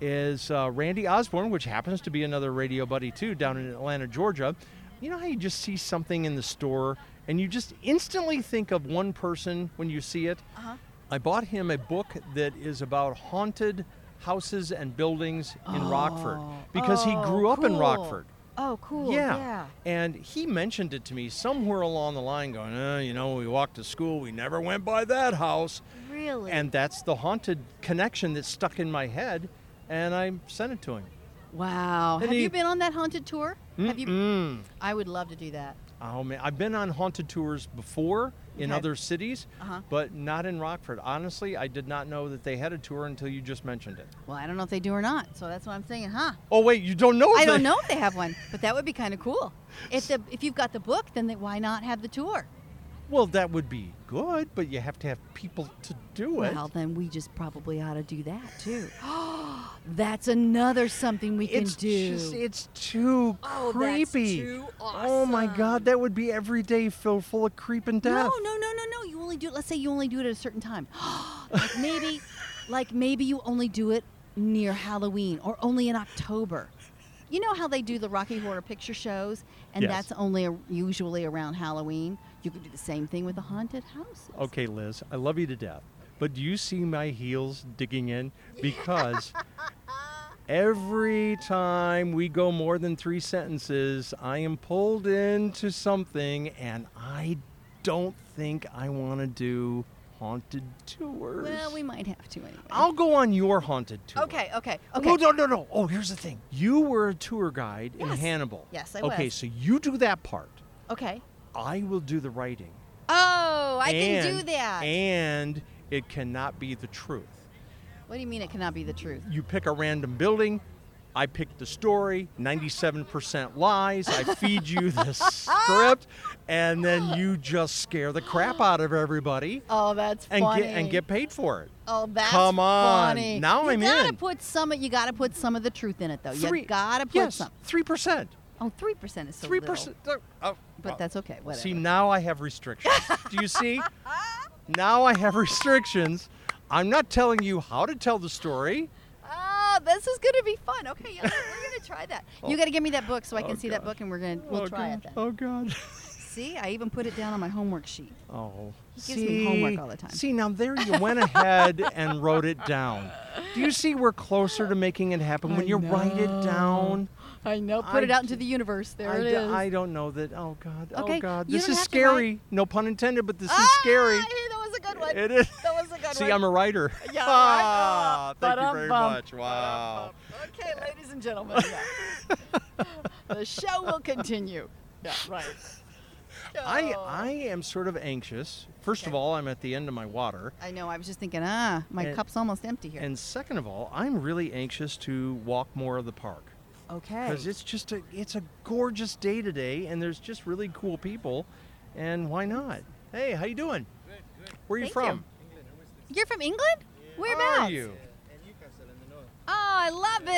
is uh, Randy Osborne, which happens to be another radio buddy too down in Atlanta, Georgia. You know how you just see something in the store and you just instantly think of one person when you see it? Uh-huh. I bought him a book that is about haunted houses and buildings in Rockford because he Oh, grew up in cool. Rockford. Oh, cool. Yeah. Yeah. And he mentioned it to me somewhere along the line, going, uh, you know, we walked to school, we never went by that house. Really? And that's the haunted connection that stuck in my head, and I sent it to him. wow. And have he- you been on that haunted tour? Have you? Mm. I would love to do that. Oh, man. I've been on haunted tours before in Okay. other cities, Uh-huh. but not in Rockford. Honestly, I did not know that they had a tour until you just mentioned it. Well, I don't know if they do or not, so that's what I'm saying, huh? Oh, wait, you don't know? I if don't they- know if they have one, but that would be kind of cool. <laughs> If the if you've got the book, then they, why not have the tour? Well, that would be good, but you have to have people to do it. Well, then we just probably ought to do that too. <gasps> That's another something we It's can do. just it's too Oh, that's creepy. too Oh my god, awesome. that would be every day filled full of creep and death. No, no, no, no, no. You only do it. Let's say you only do it at a certain time. <gasps> like maybe, like maybe you only do it near Halloween or only in October. You know how they do the Rocky Horror Picture shows, and Yes. that's only a, usually around Halloween. You could do the same thing with the haunted house. Okay, Liz, I love you to death. But do you see my heels digging in? <laughs> Because every time we go more than three sentences, I am pulled into something and I don't think I want to do haunted tours. Well, we might have to anyway. I'll go on your haunted tour. okay, okay, Oh, okay. No, no, no, no. Oh, here's the thing. You were a tour guide in Yes. Hannibal. Yes, I Okay, was. so you do that part. Okay. I will do the writing. Oh, I can and, do that. And it cannot be the truth. What do you mean it cannot be the truth? You pick a random building, I picked the story, 97% lies. I feed you <laughs> the script, and then you just scare the crap out of everybody Oh, that's and funny. get and get paid for it. Oh, that's Come on. funny. Now you I'm gotta in. put some. of- You gotta put some of the truth in it, though. Three- You gotta put yes, some. three percent. Oh, three percent is so Three little. percent. Oh, But that's okay. Whatever. See, now I have restrictions. Do you <laughs> see? Now I have restrictions. I'm not telling you how to tell the story. Oh, this is gonna be fun. Okay, yeah, we're gonna <laughs> try that. You gotta give me that book so I can see that book, and we're gonna we'll oh, try God. it then. Oh, God. See, I even put it down on my homework sheet. Oh. He gives me homework all the time. See, now there you went ahead and wrote it down. Do you see we're closer to making it happen when you write it down? I know. I Put it out d- into the universe. There I, it d- is. I don't know that. Oh, God. Oh, Okay, God. you This don't is have to write- scary. No pun intended, but this ah, is scary. hey, that was a good one. It is. That was a good See, one. I'm a writer. <laughs> Yeah, right. Ah, thank you very Ba-dum-bum. much. Wow. Okay, ladies and gentlemen. <laughs> yeah. the show will continue. Yeah, right. I, Oh. I am sort of anxious. First of all, I'm at the end of my water. I know. I was just thinking, ah, my And- cup's almost empty here. And second of all, I'm really anxious to walk more of the park okay. because it's just a it's a gorgeous day today, and there's just really cool people, and why not? Hey, how you doing? Where are you Thank you. from? You're from England? Whereabouts? How are you? Oh, I love it.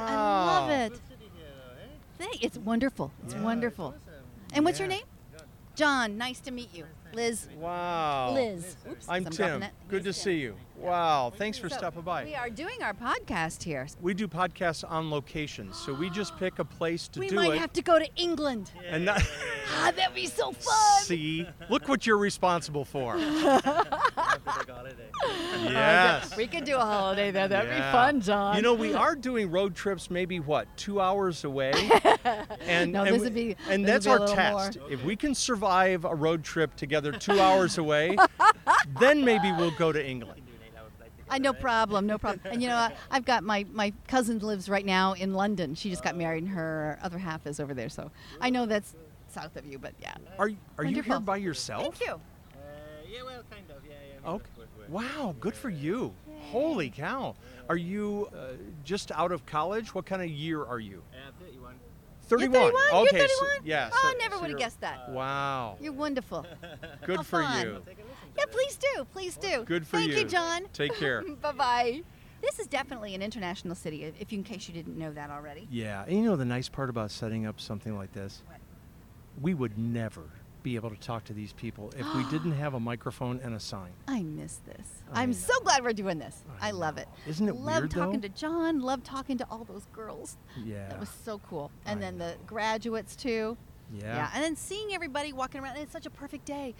I love Wow. it. Thank- It's wonderful. It's wonderful. And what's your Yeah. name? John. Nice to meet you. Liz. Wow. Liz. Oops. Oh. I'm dropping Tim. that. Good to see you. Wow. Thanks for So, stopping by. We are doing our podcast here. We do podcasts on location, so we just pick a place to we do might it. have to go to England. and <laughs> not, <laughs> Ah, that'd be so fun. see, look what you're responsible <laughs> for. yes. We could do a holiday there. That'd Yeah. be fun, John. You know, we are doing road trips, maybe what, two hours <laughs> away, and No, and this we- would be- and this that's would be a our little more. test. If we can survive a road trip together, two hours <laughs> away, then maybe we'll go to England. Uh, no problem, no problem. And you know, I, I've got my my cousin lives right now in London. She just got married, and her other half is over there. So I know that's south of you, but yeah. Are are you here Wonderful. by yourself? Thank you. Okay. Wow, good for you. Holy cow. Are you uh, just out of college? What kind of year are you? 31. You're 31. Okay. You're 31. So, yeah. Oh, so- I never so would have you're- guessed that. Wow. You're <laughs> wonderful. Good How for fun. you. Yeah, please do, please do. Good for Thank you. you, John. <laughs> Take care. bye bye. This is definitely an international city, if if you, in case you didn't know that already. Yeah, and you know the nice part about setting up something like this? What? We would never be able to talk to these people if <gasps> we didn't have a microphone and a sign. I miss this. I I'm know. so glad we're doing this. I, I love it. Isn't it love weird, talking though? to John. Love talking to all those girls. Yeah. That was so cool. And I then the know. graduates too. yeah. And then seeing everybody walking around. And it's such a perfect day.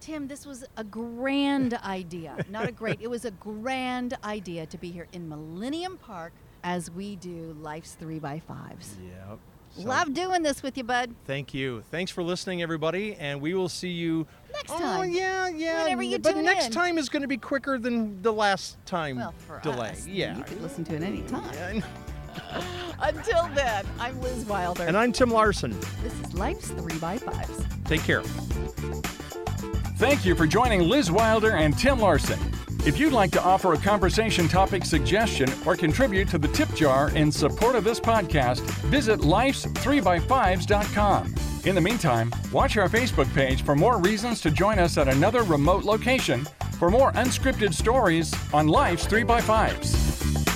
Tim, this was a <laughs> grand idea. Not a great. It was a grand idea to be here in Millennium Park as we do Life's Three by Fives. Yep. So, Love doing this with you, bud. Thank you. Thanks for listening, everybody, and we will see you Next Oh time. yeah, yeah. Whenever you but tune next in. time is going to be quicker than the last time Well, for delay. us, yeah. you could listen to it any time. Yeah, I know. Until then, I'm Liz Wilder. And I'm Tim Larson. this is Life's Three by Fives. Take care. Thank you for joining Liz Wilder and Tim Larson. If you'd like to offer a conversation topic suggestion or contribute to the tip jar in support of this podcast, visit life's3by5s.com. In the meantime, watch our Facebook page for more reasons to join us at another remote location for more unscripted stories on Life's 3 by 5s